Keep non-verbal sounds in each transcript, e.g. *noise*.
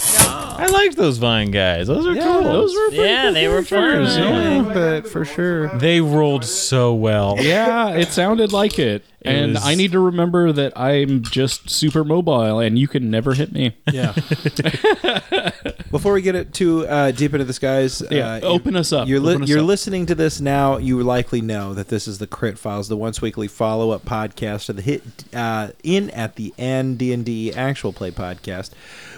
I liked those Vine guys. Those are Yeah, cool. those were pretty Yeah, cool they were fun. pictures, Yeah. Yeah, but for sure. they rolled so well. Yeah, it sounded like it. and was- I need to remember that I'm just super mobile and you can never hit me. Yeah. Before we get it too uh, deep into the skies, Yeah, uh, open you- us up, You're li- open us you're up. listening to this now. You likely know that this is the Crit Files, the once weekly follow up podcast to the hit uh, in at the end D and D actual play podcast,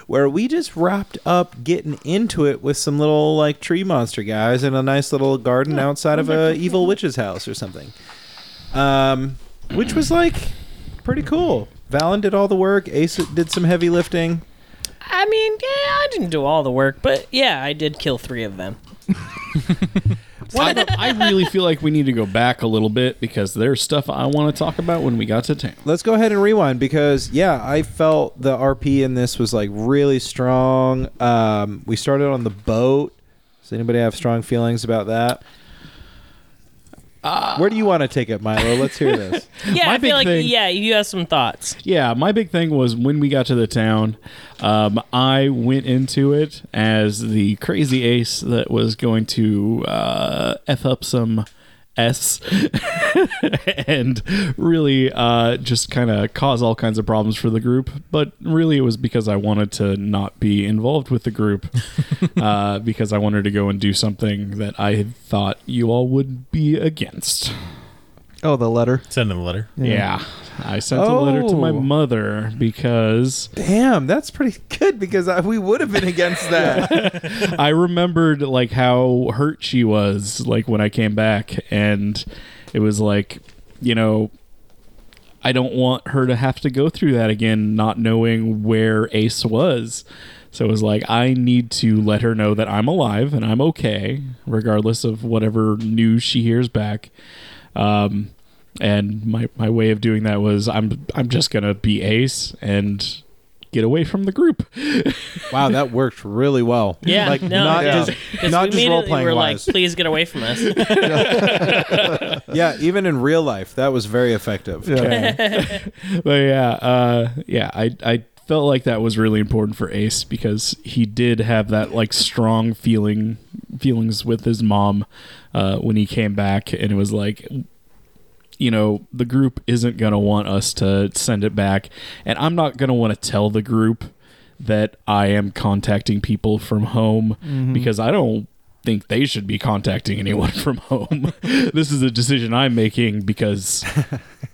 where we just wrapped up getting into it with some little like tree monster guys in a nice little garden outside *laughs* of a evil witch's house or something, um, which was like pretty cool. Valen did all the work. Ace did some heavy lifting. I mean, yeah, I didn't do all the work, but yeah, I did kill three of them. I, I really feel like we need to go back a little bit because there's stuff I want to talk about when we got to town. let's go ahead and rewind because yeah i felt the rp in this was like really strong um, we started on the boat does anybody have strong feelings about that where do you want to take it milo let's hear *laughs* this Yeah, My I big feel like thing- yeah, you have some thoughts. Yeah, my big thing was when we got to the town, um, I went into it as the crazy ace that was going to uh, F up some S *laughs* and really uh, just kind of cause all kinds of problems for the group. But really, it was because I wanted to not be involved with the group uh, because I wanted to go and do something that I had thought you all would be against. Oh, the letter. Send them a letter. Yeah. I sent a letter to my Oh. mother because damn that's pretty good because I, we would have been against that I remembered like how hurt she was like when I came back and it was like, you know, I don't want her to have to go through that again not knowing where Ace was. So it was like I need to let her know that I'm alive and I'm okay regardless of whatever news she hears back. Um and my, my way of doing that was I'm I'm just gonna be Ace and get away from the group. *laughs* *laughs* wow that worked really well Yeah, like no, not yeah. just 'Cause not we just role immediately playing were *laughs* wise like, please get away from us. yeah even in real life that was very effective but *laughs* yeah, uh, yeah, I I felt like that was really important for Ace because he did have that like strong feeling feelings with his mom uh, when he came back, and it was like. You know, the group isn't going to want us to send it back. And I'm not going to want to tell the group that I am contacting people from home because I don't think they should be contacting anyone *laughs* from home. this is a decision I'm making because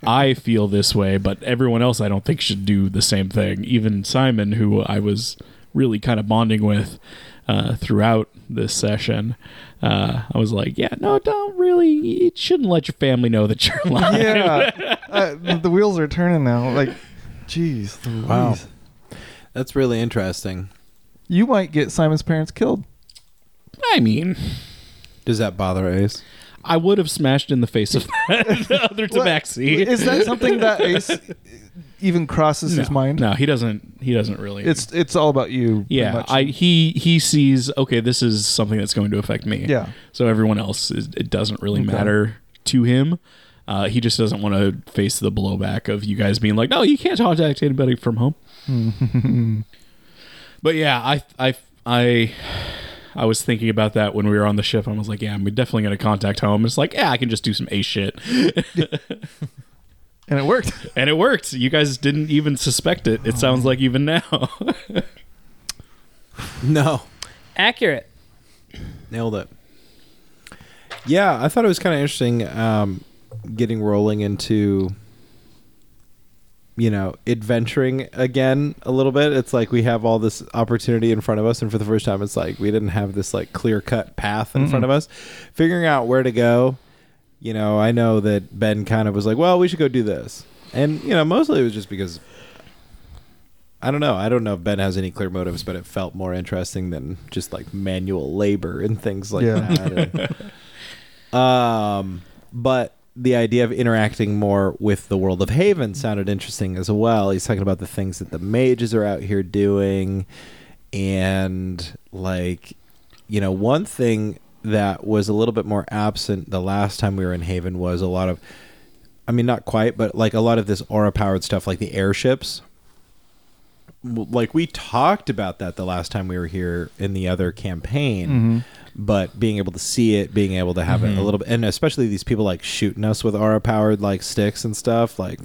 I feel this way, but everyone else I don't think should do the same thing. Even Simon, who I was really kind of bonding with uh, throughout this session, uh, I was like, yeah, no, don't really, you shouldn't let your family know that you're alive. *laughs* Yeah. uh, the- the wheels are turning now. Like, jeez. Louise. Wow. that's really interesting You might get Simon's parents killed. I mean, does that bother ace I would have smashed in the face of *laughs* that other tabaxi. *laughs* Is that something that Ace even crosses his No, mind? No, he doesn't. He doesn't really. It's it's all about you. pretty yeah. much. I he he sees okay. This is something that's going to affect me. Yeah. So everyone else is, it doesn't really matter to him. Uh, he just doesn't want to face the blowback of you guys being like, no, you can't contact anybody from home. *laughs* but yeah, I I I. I was thinking about that when we were on the ship. I was like, "Yeah, I'm definitely gonna contact home." It's like, "Yeah, I can just do some a shit," and *laughs* it worked. and it worked. You guys didn't even suspect it. It sounds like even now. *laughs* no Accurate. Nailed it. Yeah, I thought it was kind of interesting um, getting rolling into, you know, adventuring again a little bit. It's like we have all this opportunity in front of us, and for the first time, it's like we didn't have this like clear cut path in front of us. Figuring out where to go, you know, I know that Ben kind of was like, well, we should go do this. And, you know, mostly it was just because I don't know. I don't know if Ben has any clear motives, but it felt more interesting than just like manual labor and things like Yeah. that. And- um, but the idea of interacting more with the world of Haven sounded interesting as well. He's talking about the things that the mages are out here doing, and like, you know, one thing that was a little bit more absent the last time we were in Haven was a lot of, I mean, not quite, but like a lot of this aura powered stuff, like the airships like we talked about that the last time we were here in the other campaign but being able to see it being able to have it Mm-hmm. a little bit and especially these people like shooting us with aura powered like sticks and stuff like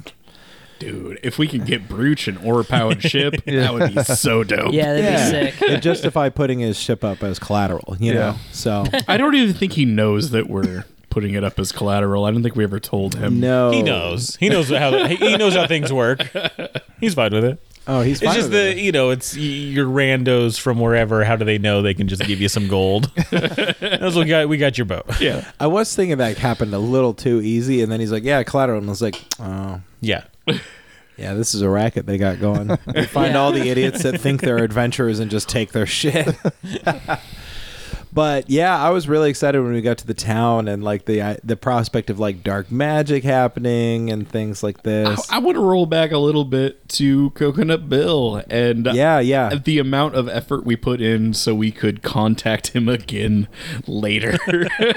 Dude, if we could get Brooch an aura powered ship, *laughs* that would be so dope. Yeah, that'd be sick. it justify putting his ship up as collateral you know Yeah. so *laughs* I don't even think he knows that we're putting it up as collateral. I don't think we ever told him. no He knows. He knows how he- he knows how things work. He's fine with it. oh he's It's fine just with it. the you know it's y- your randos from wherever. How do they know they can just give you some gold? That's what we got. We got your boat. Yeah. I was thinking that happened a little too easy, and then he's like, "Yeah, collateral," and I was like, "Oh, Yeah. yeah, this is a racket they got going." They find Yeah. all the idiots that think they're adventurers and just take their shit. but yeah, I was really excited when we got to the town and like the I the prospect of like dark magic happening and things like I, this. I want to roll back a little bit to Coconut Bill and yeah, yeah. the amount of effort we put in so we could contact him again later.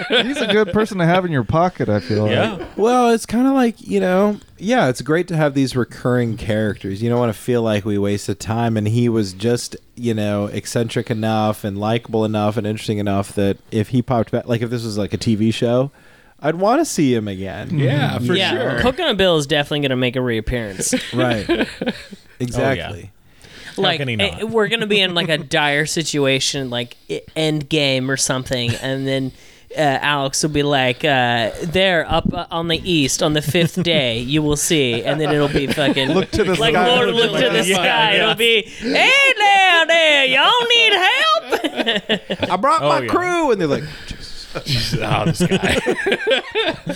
He's a good person to have in your pocket. I feel like. Yeah. Well, it's kind of like, you know, yeah, it's great to have these recurring characters. You don't want to feel like we wasted time. And he was just, you know, eccentric enough and likable enough and interesting enough that if he popped back, like if this was like a TV show, I'd want to see him *laughs* again. yeah, for yeah, sure. Coconut Bill is definitely going to make a reappearance. *laughs* Right. Exactly. like can he not? eh, we're going to be in like a dire situation, like i- end game or something, and then. Uh, Alex will be like, uh, "There, up uh, on the east, on the fifth day, you will see," and then it'll be fucking Look to the like sky. Lord, look to the Yeah, sky. yeah. It'll be, "Hey, down there, y'all need help." I brought Oh, my yeah. crew. And they're like, *laughs* Oh, this guy.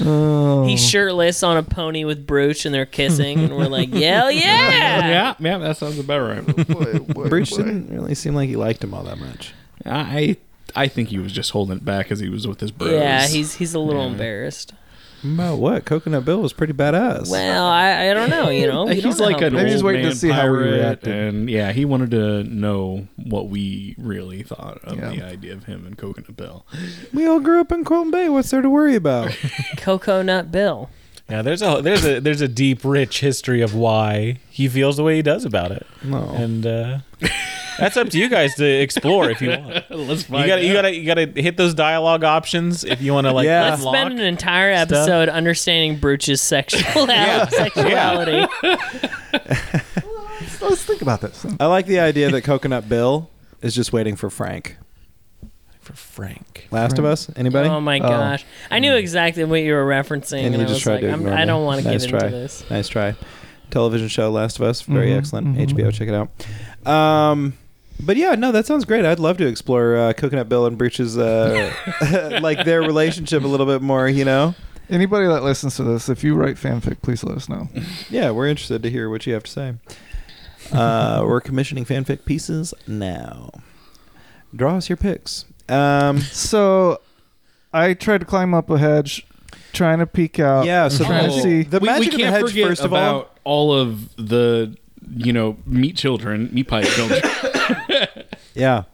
Oh. He's shirtless on a pony with brooch, and they're kissing, and we're like, "Yeah, yeah." Yeah, yeah, that sounds about right. *laughs* Breach didn't really seem like he liked him all that much. I I think he was just holding it back as he was with his bros. Yeah, he's he's a little embarrassed. About what? Coconut Bill was pretty badass. Well, I, I don't know. You know, *laughs* we he's don't like know. an Maybe he's old waiting to man see how we pirate, reacted. and yeah, he wanted to know what we really thought of Yeah. the idea of him and Coconut Bill. we all grew up in Colton Bay. What's there to worry about? coconut Bill. Yeah, there's a there's a there's a deep, rich history of why he feels the way he does about it, Oh. No. and uh, that's up to you guys to explore if you want. *laughs* Let's find You gotta you out. gotta you gotta hit those dialogue options if you want to like Yeah. unlock. Let's spend an entire episode understanding Brooch's *laughs* sexual sexuality. Oh Let's, let's think about this. I like the idea that Coconut Bill is just waiting for Frank. for *laughs* Frank. Last of Us? Anybody? Oh my gosh! I knew exactly what you were referencing, and, and you I was just tried like, to I'm, ignore I me. don't want to nice get try. into this. Nice try. Television show Last of Us, very Mhm, excellent. mhm. HBO, check it out. Um, but yeah, no, that sounds great. I'd love to explore uh, Coconut Bill and Breach's uh, *laughs* like their relationship a little bit more. You know, Anybody that listens to this, if you write fanfic, please let us know. yeah, we're interested to hear what you have to say. Uh, we're commissioning fanfic pieces now. Draw us your pics. Um, So, I tried to climb up a hedge, trying to peek out. yeah, so trying Oh. *laughs* to see. the we, we magic of the can't hedge. forget First of all, about all of the you know meat children, meat *laughs* pie children. yeah.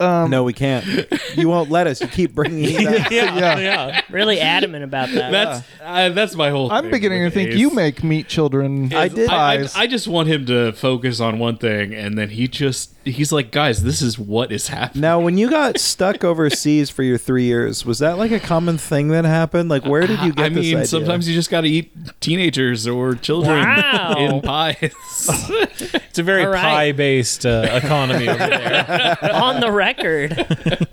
Um, no, we can't. You won't let us. You keep bringing it up. Yeah, Yeah. yeah. Really adamant about that. *laughs* that's uh, that's my whole. I'm thing beginning to with think Ace. you make meat children. I did- I, I, Pies. I just want him to focus on one thing, and then he just he's like, guys, this is what is happening. *laughs* Now, when you got stuck overseas for your three years, was that like a common thing that happened? Like, where did you get I this mean, idea? sometimes you just got to eat teenagers or children Wow. in pies. *laughs* It's a very All right. pie-based uh, economy over *laughs* there. *laughs* on the *laughs* record.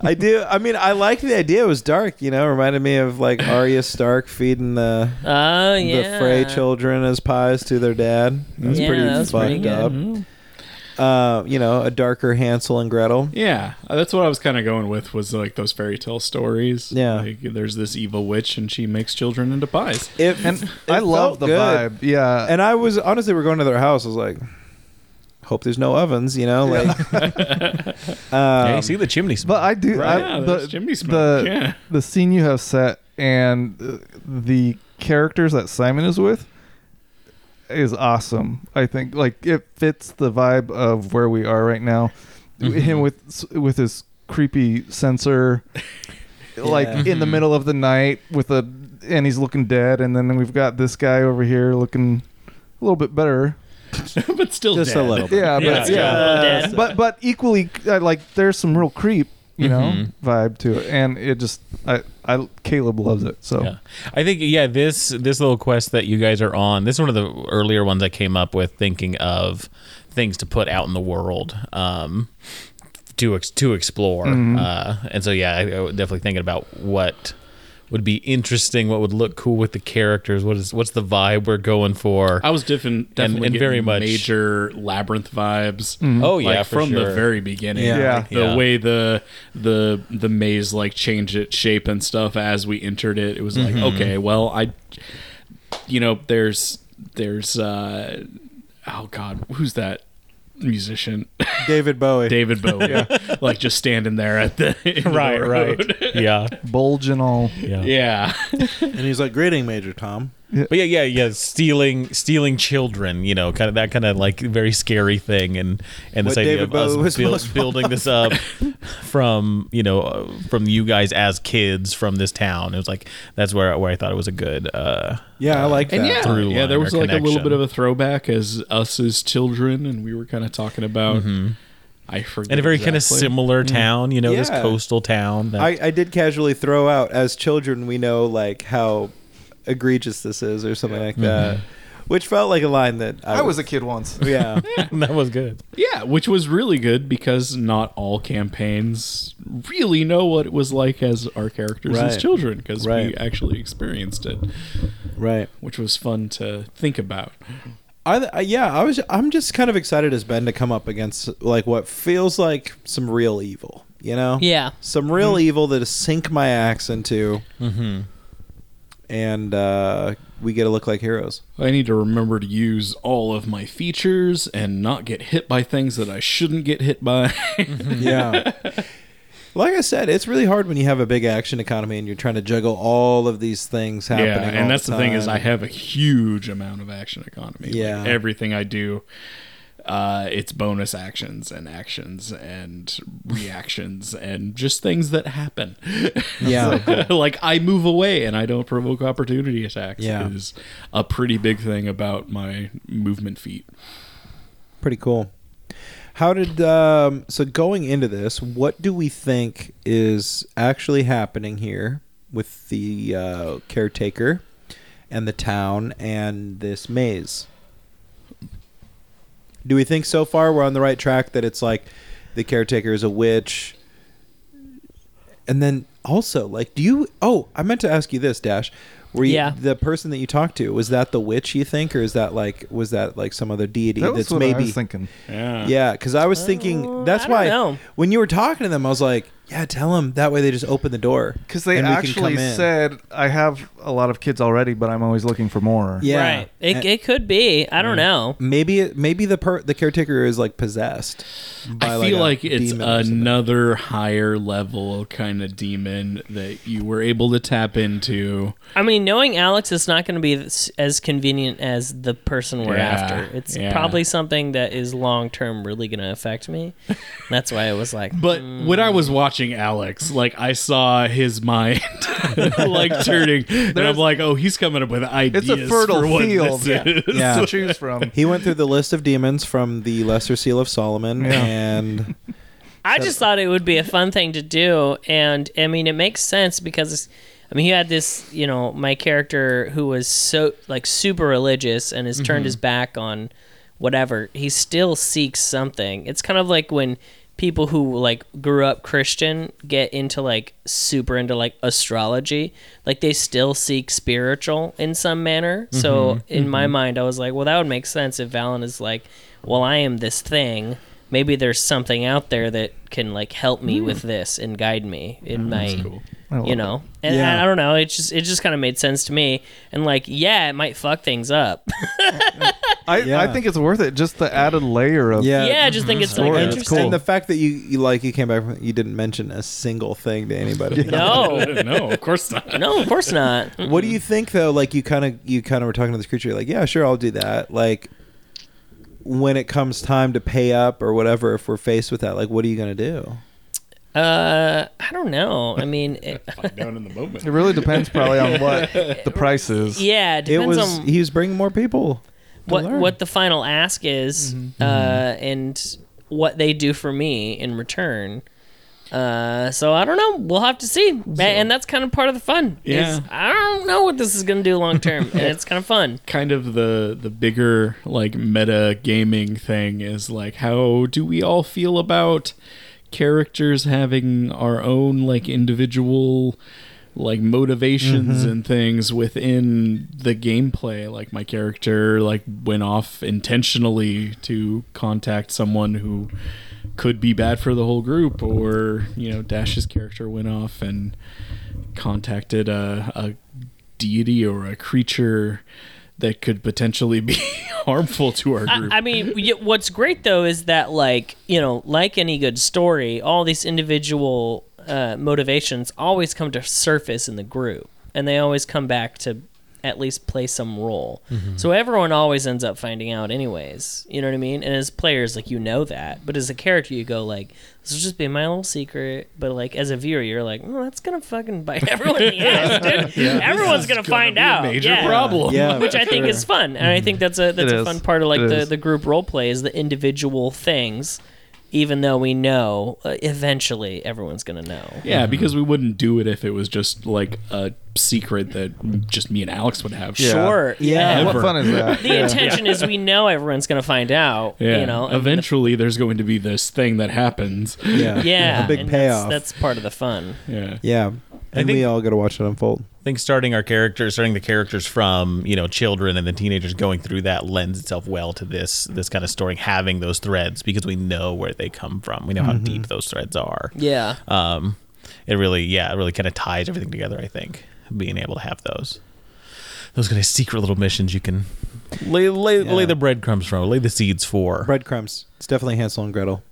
*laughs* I do. I mean, I liked the idea. It was dark, you know. Reminded me of like Arya Stark feeding the Oh yeah. the Frey children as pies to their dad. That was Yeah, pretty that was pretty Mm-hmm. fucked up. Uh, you know, a darker Hansel and Gretel. yeah, uh, that's what I was kind of going with was like those fairy tale stories. Yeah. like, there's this evil witch, and she makes children into pies. It, and it I love felt the good. vibe. Yeah. And I was honestly, we're going to their house. I was like, hope there's no ovens, you know, like. *laughs* yeah, um, you see the chimney but smoke. I do. Right. I, Yeah, the, there's chimney smoke. the, *laughs* Yeah. the scene you have set and uh, the characters that Simon is with is awesome. I think like it fits the vibe of where we are right now. Him with with his creepy sensor, like Yeah. Mm-hmm. in the middle of the night with a, and he's looking dead, and then we've got this guy over here looking a little bit better. but still just a dead. little bit. Yeah, Yeah. Oh, but Yeah. yeah, dead. but but equally uh, like there's some real creep, you know, Mhm. Mm-hmm. vibe to it, and it just I I Caleb loves it. So Yeah. I think yeah, this this little quest that you guys are on, this is one of the earlier ones I came up with thinking of things to put out in the world. Um to ex- to explore. Uh and so yeah, I, I was definitely thinking about what would be interesting, what would look cool with the characters, what is what's the vibe we're going for. I was diffin- definitely and getting very much- major labyrinth vibes. Oh, yeah, like, for from the sure. very beginning. Yeah. Yeah. Like, the Yeah. way the the the maze like changed its shape and stuff as we entered it. It was like Mm-hmm. okay, well I, you know, there's there's uh oh god, who's that musician? David Bowie. David Bowie, *laughs* like just standing there at the end of the right, road. right. *laughs* Yeah. bulge and all. Yeah. Yeah, And he's like, greeting, Major Tom. But yeah, yeah, yeah, stealing stealing children, you know, kind of that kind of like very scary thing and and this What idea David of us Bowie was buil- most building this up *laughs* from, you know, uh, from you guys as kids from this town. It was like that's where where I thought it was a good uh Yeah, I like that. and yeah, through yeah. line There or was like a little connection. bit of a throwback as us as children, and we were kind of talking about. I forget. and a very kind of exactly. similar town, you know, this Mm. Yeah. coastal town that I, I did casually throw out as children we know like how egregious this is or something like that, Mm-hmm. which felt like a line that I, I was a kid once. *laughs* yeah *laughs* that was good. Yeah, which was really good because not all campaigns really know what it was like as our characters as Right. children because we Right. actually experienced it, right. which was fun to think about. I, I yeah I was I'm just kind of excited as Ben to come up against like what feels like some real evil, you know? Yeah. Some real evil that to sink my axe into, Mm-hmm. Mhm. and uh, we get to look like heroes. I need to remember to use all of my features and not get hit by things that I shouldn't get hit by. *laughs* Mm-hmm. yeah. Like I said, it's really hard when you have a big action economy and you're trying to juggle all of these things happening. yeah, all and that's the, thing is I time. have a huge amount of action economy. Like, Yeah. everything I do, uh, it's bonus actions and actions and reactions and just things that happen. *laughs* Yeah. like I move away and I don't provoke opportunity attacks. Yeah. is a pretty big thing about my movement feat. Pretty cool. How did um, so going into this? What do we think is actually happening here with the uh, caretaker and the town and this maze? Do we think so far we're on the right track that it's like the caretaker is a witch? And then also, like, do you? Oh, I meant to ask you this, Dash. Were you, Yeah. the person that you talked to was that the witch you think, or is that like was that like some other deity That was that's what maybe I was thinking. Yeah. yeah, because I was thinking Uh, that's I don't why know. when you were talking to them, I was like, "Yeah, tell them that way they just open the door." Because they and we can actually come in." said, "I have a lot of kids already, but I'm always looking for more." "Yeah, Right. It, And it could be. I don't know. maybe it, maybe the per- the caretaker is like possessed." by, I feel a like, it's demon or something. another higher level kind of demon that you were able to tap into. I mean, knowing Alex is not going to be as- as convenient as the person we're Yeah, after. It's yeah. probably something that is long term really going to affect *laughs* me. That's why I was like, But when I was watching Alex, like I saw his mind *laughs* like turning, and I'm There's- like, oh, he's coming up with ideas. It's a fertile for what field This is. Yeah. *laughs* *laughs* to *laughs* choose from. He went through the list of demons from the Lesser Seal of Solomon, Yeah. and I just thought it would be a fun thing to do, and I mean, it makes sense because I mean, he had this, you know, my character who was so like super religious and has turned his back on whatever. He still seeks something. It's kind of like when people who like grew up Christian get into like super into like astrology, like they still seek spiritual in some manner. So in my mind, I was like, well, that would make sense if Valen is like, well, I am this thing maybe there's something out there that can like help me with this and guide me in my I love you know and Yeah. I, I don't know it just it just kind of made sense to me and like yeah it might fuck things up I, I Yeah. think it's worth it. Just the added layer of *laughs* yeah, yeah I just think it's like Story, it's interesting cool. and the fact that you, you like you came back, from, you didn't mention a single thing to *laughs* anybody. no no, of course *laughs* not. no of course not What do you think though? Like you kind of you kind of were talking to this creature, like yeah, sure, I'll do that. Like when it comes time to pay up or whatever, if we're faced with that, like what are you gonna do? uh i don't know i mean it, Down in the moment. *laughs* It really depends probably on what the price is. yeah it It depends was on he was bringing more people. what learn. what the final ask is uh, and what they do for me in return. Uh, so I don't know. We'll have to see, A- and that's kind of part of the fun. is Yeah. I don't know what this is going to do long term, and it's kind of fun. kind of the the bigger like meta gaming thing is like how do we all feel about characters having our own like individual like motivations and things within the gameplay like my character like went off intentionally to contact someone who could be bad for the whole group or you know dash's character went off and contacted a, a deity or a creature that could potentially be *laughs* harmful to our group. I, I mean, y- what's great though is that, like, you know, like any good story, all these individual uh, motivations always come to surface in the group, and they always come back to at least play some role. Mm-hmm. So everyone always ends up finding out, anyways. You know what I mean? And as players, like, you know that, but as a character, you go like, "This will just be my little secret." But like, as a viewer, you're like, "Oh, that's gonna fucking bite *laughs* everyone in the ass, dude. Everyone's gonna, find out." major Yeah problem. Yeah, which for I think sure. is fun, and I think that's a that's a is. fun part of like It the, is. the group role play is the individual things, even though we know uh, eventually everyone's gonna know. Mm-hmm. Yeah, because we wouldn't do it if it was just like a secret that just me and Alex would have. Yeah. Sure, *laughs* Yeah. What fun is that? *laughs* The intention is we know everyone's gonna find out. Yeah. You know, and Eventually there's going to be this thing that happens. Yeah. the- *laughs* yeah, A big and that's- payoff. That's, part of the fun. Yeah. Yeah. And we think- all got to watch it unfold. I think starting our characters, starting the characters from you know children and then teenagers going through that lends itself well to this this kind of story, and having those threads because we know where they come from, we know Mm-hmm. how deep those threads are. Yeah, Um, it really, yeah, it really kind of ties everything together. I think being able to have those those kind of secret little missions you can lay lay, lay the breadcrumbs from, lay the seeds for. Breadcrumbs. It's definitely Hansel and Gretel.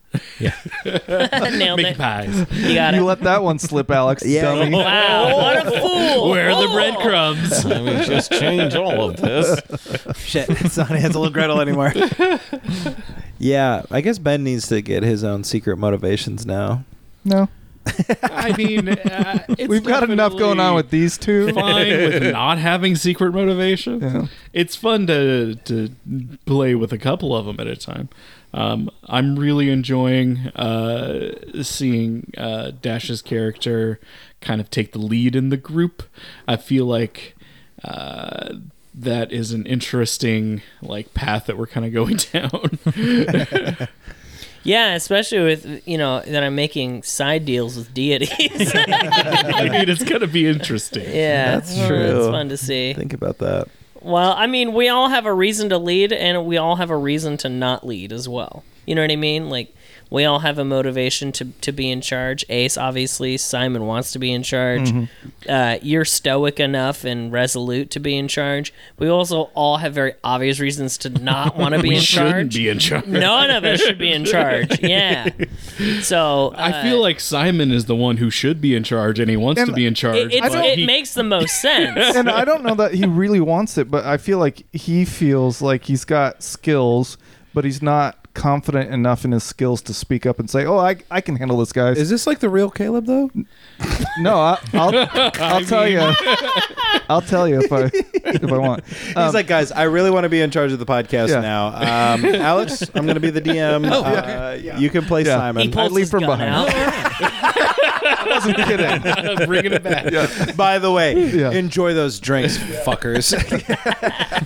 *laughs* nailed Make it. *laughs* pies. You got You it. let that one slip, Alex. Yeah. Dummy. *laughs* Wow, what a fool! Where are the Oh. breadcrumbs? Let me just change all of this. Oh, Shit, it's not Hansel and Gretel anymore. *laughs* yeah, I guess Ben needs to get his own secret motivations now. No. I mean, uh, it's *laughs* We've got enough going definitely- on with these two. fine with not having secret motivation. Yeah. It's fun to to play with a couple of them at a time. Um, I'm really enjoying uh, seeing uh, Dash's character kind of take the lead in the group. I feel like uh, that is an interesting like path that we're kind of going *laughs* *laughs* down. Yeah, especially with you know that I'm making side deals with deities. *laughs* I mean, it's gonna be interesting. yeah, That's Uh, It's true. fun to see. Think about that. Well, I mean, we all have a reason to lead, and we all have a reason to not lead as well. You know what I mean? Like, we all have a motivation to, to be in charge. Ace, obviously, Simon wants to be in charge. Mm-hmm. Uh, you're stoic enough and resolute to be in charge. We also all have very obvious reasons *laughs* to not want to be We in shouldn't charge. be in charge. None of us should be *laughs* in charge. Yeah. So uh, I feel like Simon is the one who should be in charge, and he wants to And be in charge. it, it's, but it he- makes the *laughs* most sense. *laughs* and I don't know that he really wants it, but I feel like he feels like he's got skills, but he's not confident enough in his skills to speak up and say, "Oh, I, I can handle this, guys." Is this like the real Caleb though? no, I, I'll *laughs* I'll tell you, I'll tell you if I if I *laughs* want. Um, He's like, guys, I really want to be in charge of the podcast Yeah. Oh, now. *laughs* Um, Alex, I'm going to be the DM. uh, You can play Yeah. he Simon. pulls leave his from gun behind. out. I wasn't kidding. *laughs* bringing it back. *laughs* By the way, Yeah. enjoy those drinks, *laughs* fuckers.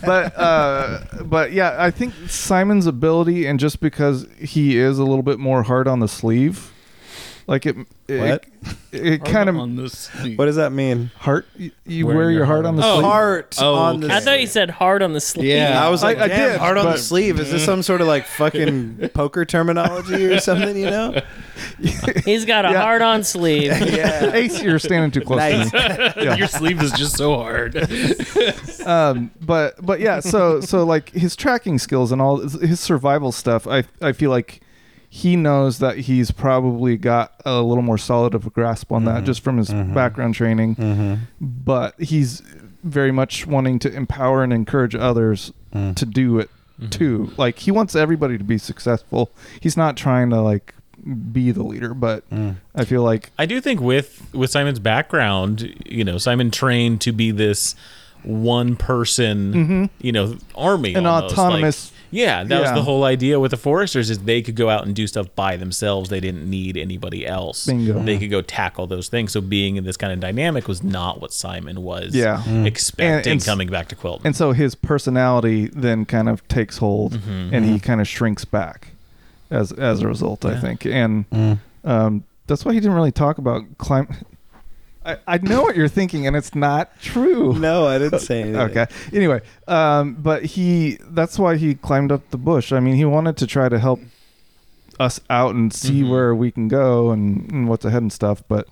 but uh, but yeah, I think Simon's ability, and just because he is a little bit more hard on the sleeve, like it it What? it, kind of on this. what does that mean? heart you, you wear your heart on the Oh, sleeve. Heart Oh, on the okay. I thought you said hard on the sleeve. I was I- like, I damn, did, hard on the but- sleeve. Is this some sort of like *laughs* fucking poker terminology or something? You know? He's got a Yeah. hard *laughs* on sleeve. *laughs* Ace, you're standing too close Oh, Nice. to me. Yeah. Your sleeve is just so *laughs* hard. Um, but but yeah, so so like his tracking skills and all his survival stuff, I I feel like he knows that he's probably got a little more solid of a grasp on that just from his background training. But he's very much wanting to empower and encourage others to do it too. Like he wants everybody to be successful. He's not trying to like be the leader, but I feel like I do think with with Simon's background, you know, Simon trained to be this one person, you know, army, An almost. Like, autonomous- yeah, that was yeah. the whole idea with the Foresters is they could go out and do stuff by themselves. They didn't need anybody else. Bingo. They could go tackle those things. So being in this kind of dynamic was not what Simon was Yeah. Mm. And- expecting and s- coming back to Quilton. and so his personality then kind of takes hold and he kind of shrinks back as as a result i think and um, that's why he didn't really talk about climate *laughs* I, I know what you're thinking and it's not true *laughs* *laughs* No, I didn't say anything. okay anyway um, but he that's why he climbed up the bush i mean he wanted to try to help us out and see Mhm. where we can go and, and what's ahead and stuff but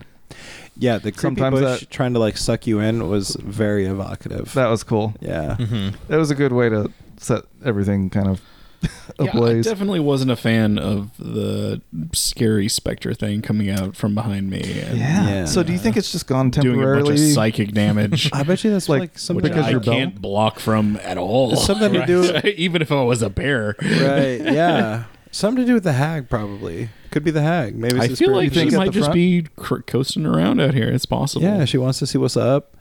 Yeah, the creepy Sometimes bush that- trying to like suck you in was very evocative. that was cool yeah. Mhm. that was a good way to set everything kind of *laughs* I ablaze definitely wasn't a fan of the scary specter thing coming out from behind me and Yeah. Yeah. So do you think it's just gone doing a bunch of temporarily? psychic *laughs* damage. I bet you that's like, Like, something Which Because I you're bel- can't block from at all. *laughs* It's *laughs* something to do- even if I was a bear. right. Yeah, something to do with the hag probably. Could be the hag. Maybe it's I the feel spirit like of the think she at might the just front? be cr- coasting around out here. It's possible. Yeah, she wants to see what's up.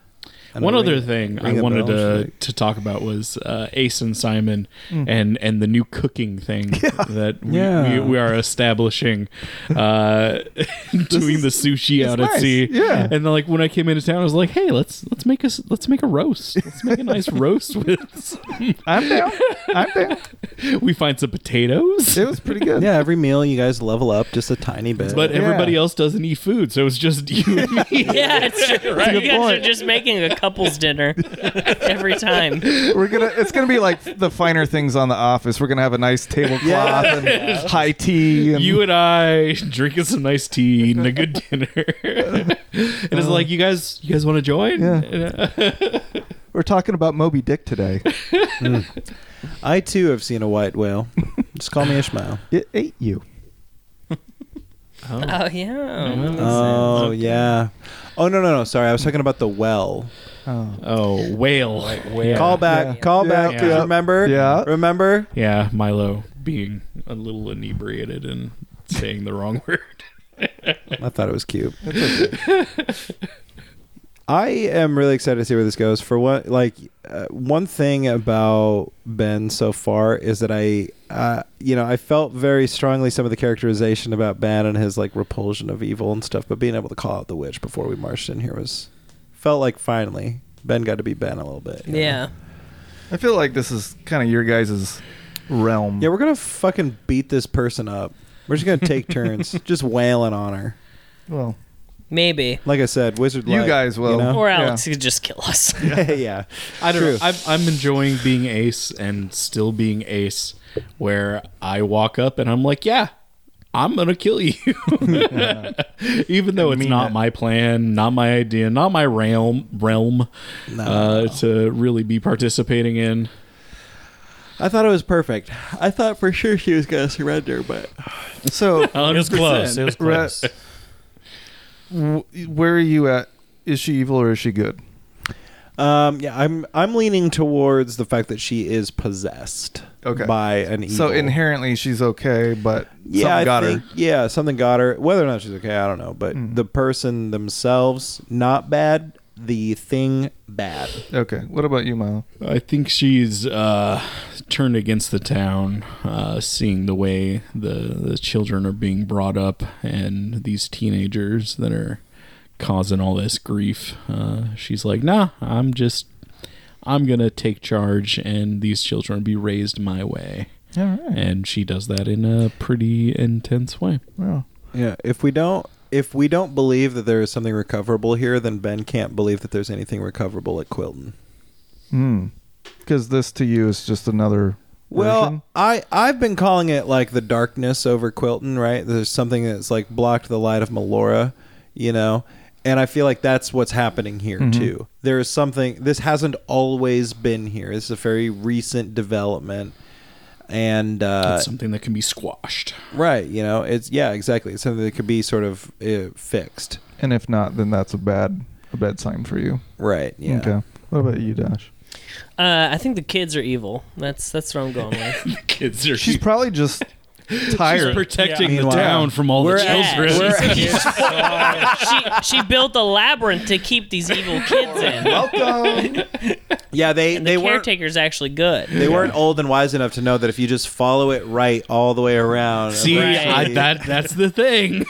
And One a other ring- thing ring I a wanted bell, to, she's like, to talk about was uh, Ace and Simon and and the new cooking thing that we, *laughs* Yeah. we, we are establishing, uh, *laughs* doing the sushi out at nice. sea. Yeah. and then, like when I came into town, I was like, hey, let's let's make us let's make a roast. Let's make a *laughs* nice roast with. *laughs* I'm down. I'm down. we find some potatoes. It was pretty good. yeah, every meal you guys level up just a tiny bit. But Yeah. everybody else doesn't eat food, so it's just you and *laughs* me. *laughs* Yeah, it's true. Good You guys point. are just making a couple's dinner every time. We're gonna. It's gonna be like the finer things on the office. We're gonna have a nice tablecloth and high tea. *laughs* And you and I drinking some nice tea, eating a *laughs* good dinner, and it's like you guys, you guys want to join? Yeah. we're talking about Moby Dick today. I too have seen a white whale. just call *laughs* me Ishmael. It ate you. Oh yeah. Oh yeah. Oh no no no. Sorry, I was talking about the well. Oh. *laughs* Oh, whale, whale. Call back. Yeah. Call Yeah. back. 'cause Yeah. Remember. Yeah. Remember. Yeah, Milo being a little inebriated and saying the wrong *laughs* word. I thought it was cute. I am really excited to see where this goes. For what, like, uh, one thing about Ben so far is that I, uh, you know, I felt very strongly some of the characterization about Ben and his like repulsion of evil and stuff. But being able to call out the witch before we marched in here was felt like finally Ben got to be Ben a little bit. you know? Yeah. I feel like this is kind of your guys' realm. yeah. We're gonna fucking beat this person up. We're just gonna *laughs* take turns, just wailing on her. well, Maybe. Like I said, wizard. You light, guys will. You know? Or Yeah. Alex could just kill us. *laughs* yeah. I don't know. True. I'm, I'm enjoying being ace and still being ace, where I walk up and I'm like, yeah, I'm going to kill you. *laughs* Even though it's not my plan, not my idea, not my realm, realm uh, to really be participating in. I thought it was perfect. I thought for sure she was gonna surrender, but so It was close. It was Re- close. w- where are you at? Is she evil or is she good? um, yeah, I'm I'm leaning towards the fact that she is possessed Okay. by an evil. So inherently she's okay, but yeah, something I got think, her. Hmm. yeah, something got her. Whether or not she's okay, I don't know. But the person themselves, not bad. The thing, bad. Okay. What about you, Milo? I think she's uh, turned against the town, uh, seeing the way the, the children are being brought up and these teenagers that are causing all this grief. Uh, she's like, nah, I'm just, I'm going to take charge and these children be raised my way. All right. And she does that in a pretty intense way. Well, Yeah. If we don't. If we don't believe that there is something recoverable here, then Ben can't believe that there's anything recoverable at Quilton. because Hmm. this to you is just another. version? Well, I I've been calling it like the darkness over Quilton, right? There's something that's like blocked the light of Melora, you know. And I feel like that's what's happening here Mm-hmm. too. There is something this hasn't always been here. This is a very recent development. And uh, It's something that can be squashed. right, you know, it's yeah, exactly. It's something that could be sort of uh, fixed. and if not, then that's a bad a bad sign for you. Right, yeah. Okay. What about you, Dash? Uh, I think the kids are evil. That's that's what I'm going with. Kids are *laughs* She's probably just tired. protecting the Meanwhile, town from all the we're at- children. we're *laughs* she she built a labyrinth to keep these evil kids in. *laughs* Welcome. *laughs* Yeah, they And they the weren't caretaker's actually good. they weren't old and wise enough to know that if you just follow it right all the way around. See, I, eventually- that that's the thing. *laughs*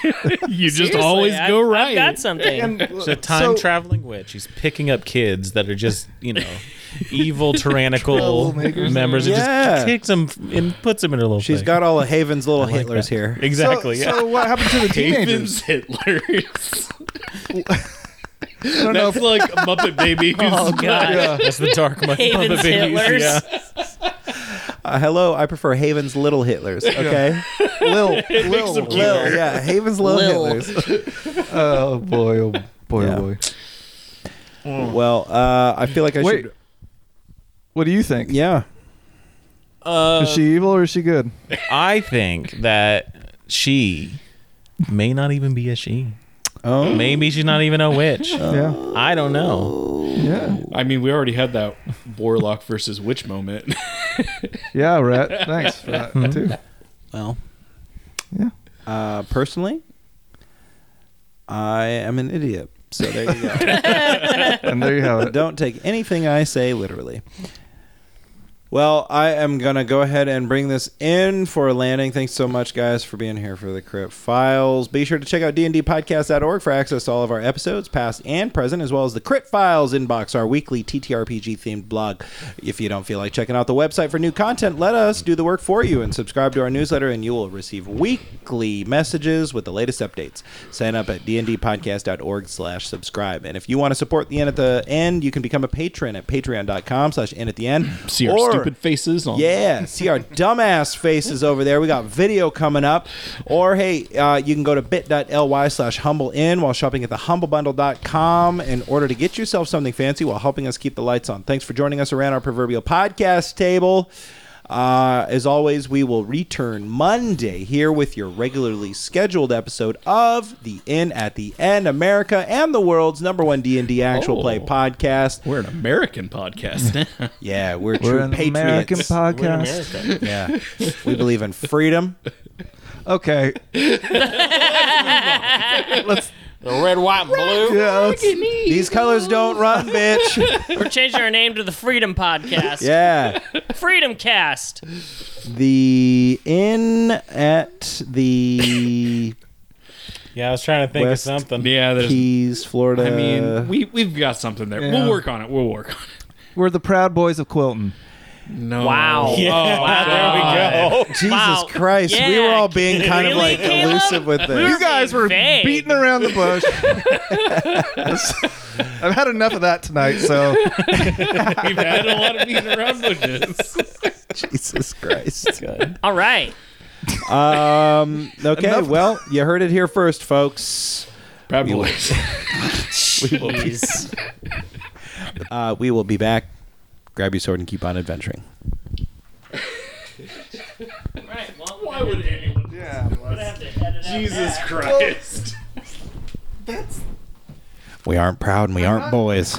you just Seriously, always I've- go I've right. *laughs* got something. It's a time traveling witch. He's picking up kids that are just, you know, *laughs* evil, tyrannical Troublemakers. members. and Yeah. just takes them and puts them in a little. She's thing. got all of Haven's little that. Hitlers here. *laughs* exactly. So, yeah. so what happened to the Haven's teenagers? Hitler. I don't know. That's like Muppet Babies. Oh god. Yeah. That's the dark Muppet Haven's Babies, Hitlers. Yeah. Uh, hello, I prefer Haven's little Hitlers. *laughs* Okay, Lil, makes Lil, them Lil. Lil, yeah, Haven's little Lil. Hitlers. *laughs* Oh boy, oh boy, Yeah. oh boy. Mm. Well, uh, I feel like I Wait, should. what do you think? Yeah. Is she evil or is she good? I think that she may not even be a she. Oh. Mm. Maybe she's not even a witch. Yeah, I don't know. yeah, I mean, we already had that warlock versus witch moment. *laughs* yeah. *laughs* Rat, thanks for that too. Well, Yeah. uh, personally, I am an idiot. So there you go. And there *laughs* you have it. Don't take anything I say literally. Well, I am going to go ahead and bring this in for a landing. Thanks so much, guys, for being here for the Crypt Files. Be sure to check out dndpodcast.org for access to all of our episodes, past and present, as well as the Crypt Files inbox, our weekly TTRPG-themed blog. If you don't feel like checking out the website for new content, let us do the work for you and subscribe to our newsletter, and you will receive weekly messages with the latest updates. Sign up at dndpodcast.org slash subscribe. And if you want to support the end at the end, you can become a patron at patreon.com slash end at the end. See our Or- stupid faces on yeah, see our dumbass faces over there. We got video coming up. Or hey, uh, you can go to bit.ly slash humble in while shopping at thehumblebundle.com in order to get yourself something fancy while helping us keep the lights on. Thanks for joining us around our proverbial podcast table. Uh, as always, we will return Monday here with your regularly scheduled episode of the In at the End America and the world's number one D and D actual Oh. play podcast. We're an American podcast. *laughs* Yeah, we're, We're true an patriots. American podcast. Yeah. We believe in freedom. Okay. Let's. The red, white, and blue. Yeah. Let's, These colors don't run, bitch. We're changing our name to the Freedom Podcast. Yeah. Freedom Cast. The in at the Yeah, I was trying to think West. of something. yeah, there's. Keys, Florida. I uh, mean, we we've got something there. Yeah. We'll work on it. We'll work on it. we're the proud boys of Quilton. No. Wow. Oh, *laughs* God. There we go. Jesus wow. Christ. we were Yeah, all being kind of really, like Caleb? elusive with We this. were being vague. beating around the bush. *laughs* I've had enough of that tonight, so We've had a lot of beating around bushes. Jesus Christ. All right. Um, okay, Enough. well, you heard it here first, folks. Proud boys. Jeez. Uh, we will be back. Grab your sword and keep on adventuring. Why would anyone? *laughs* Jesus Christ. We aren't proud and we aren't boys.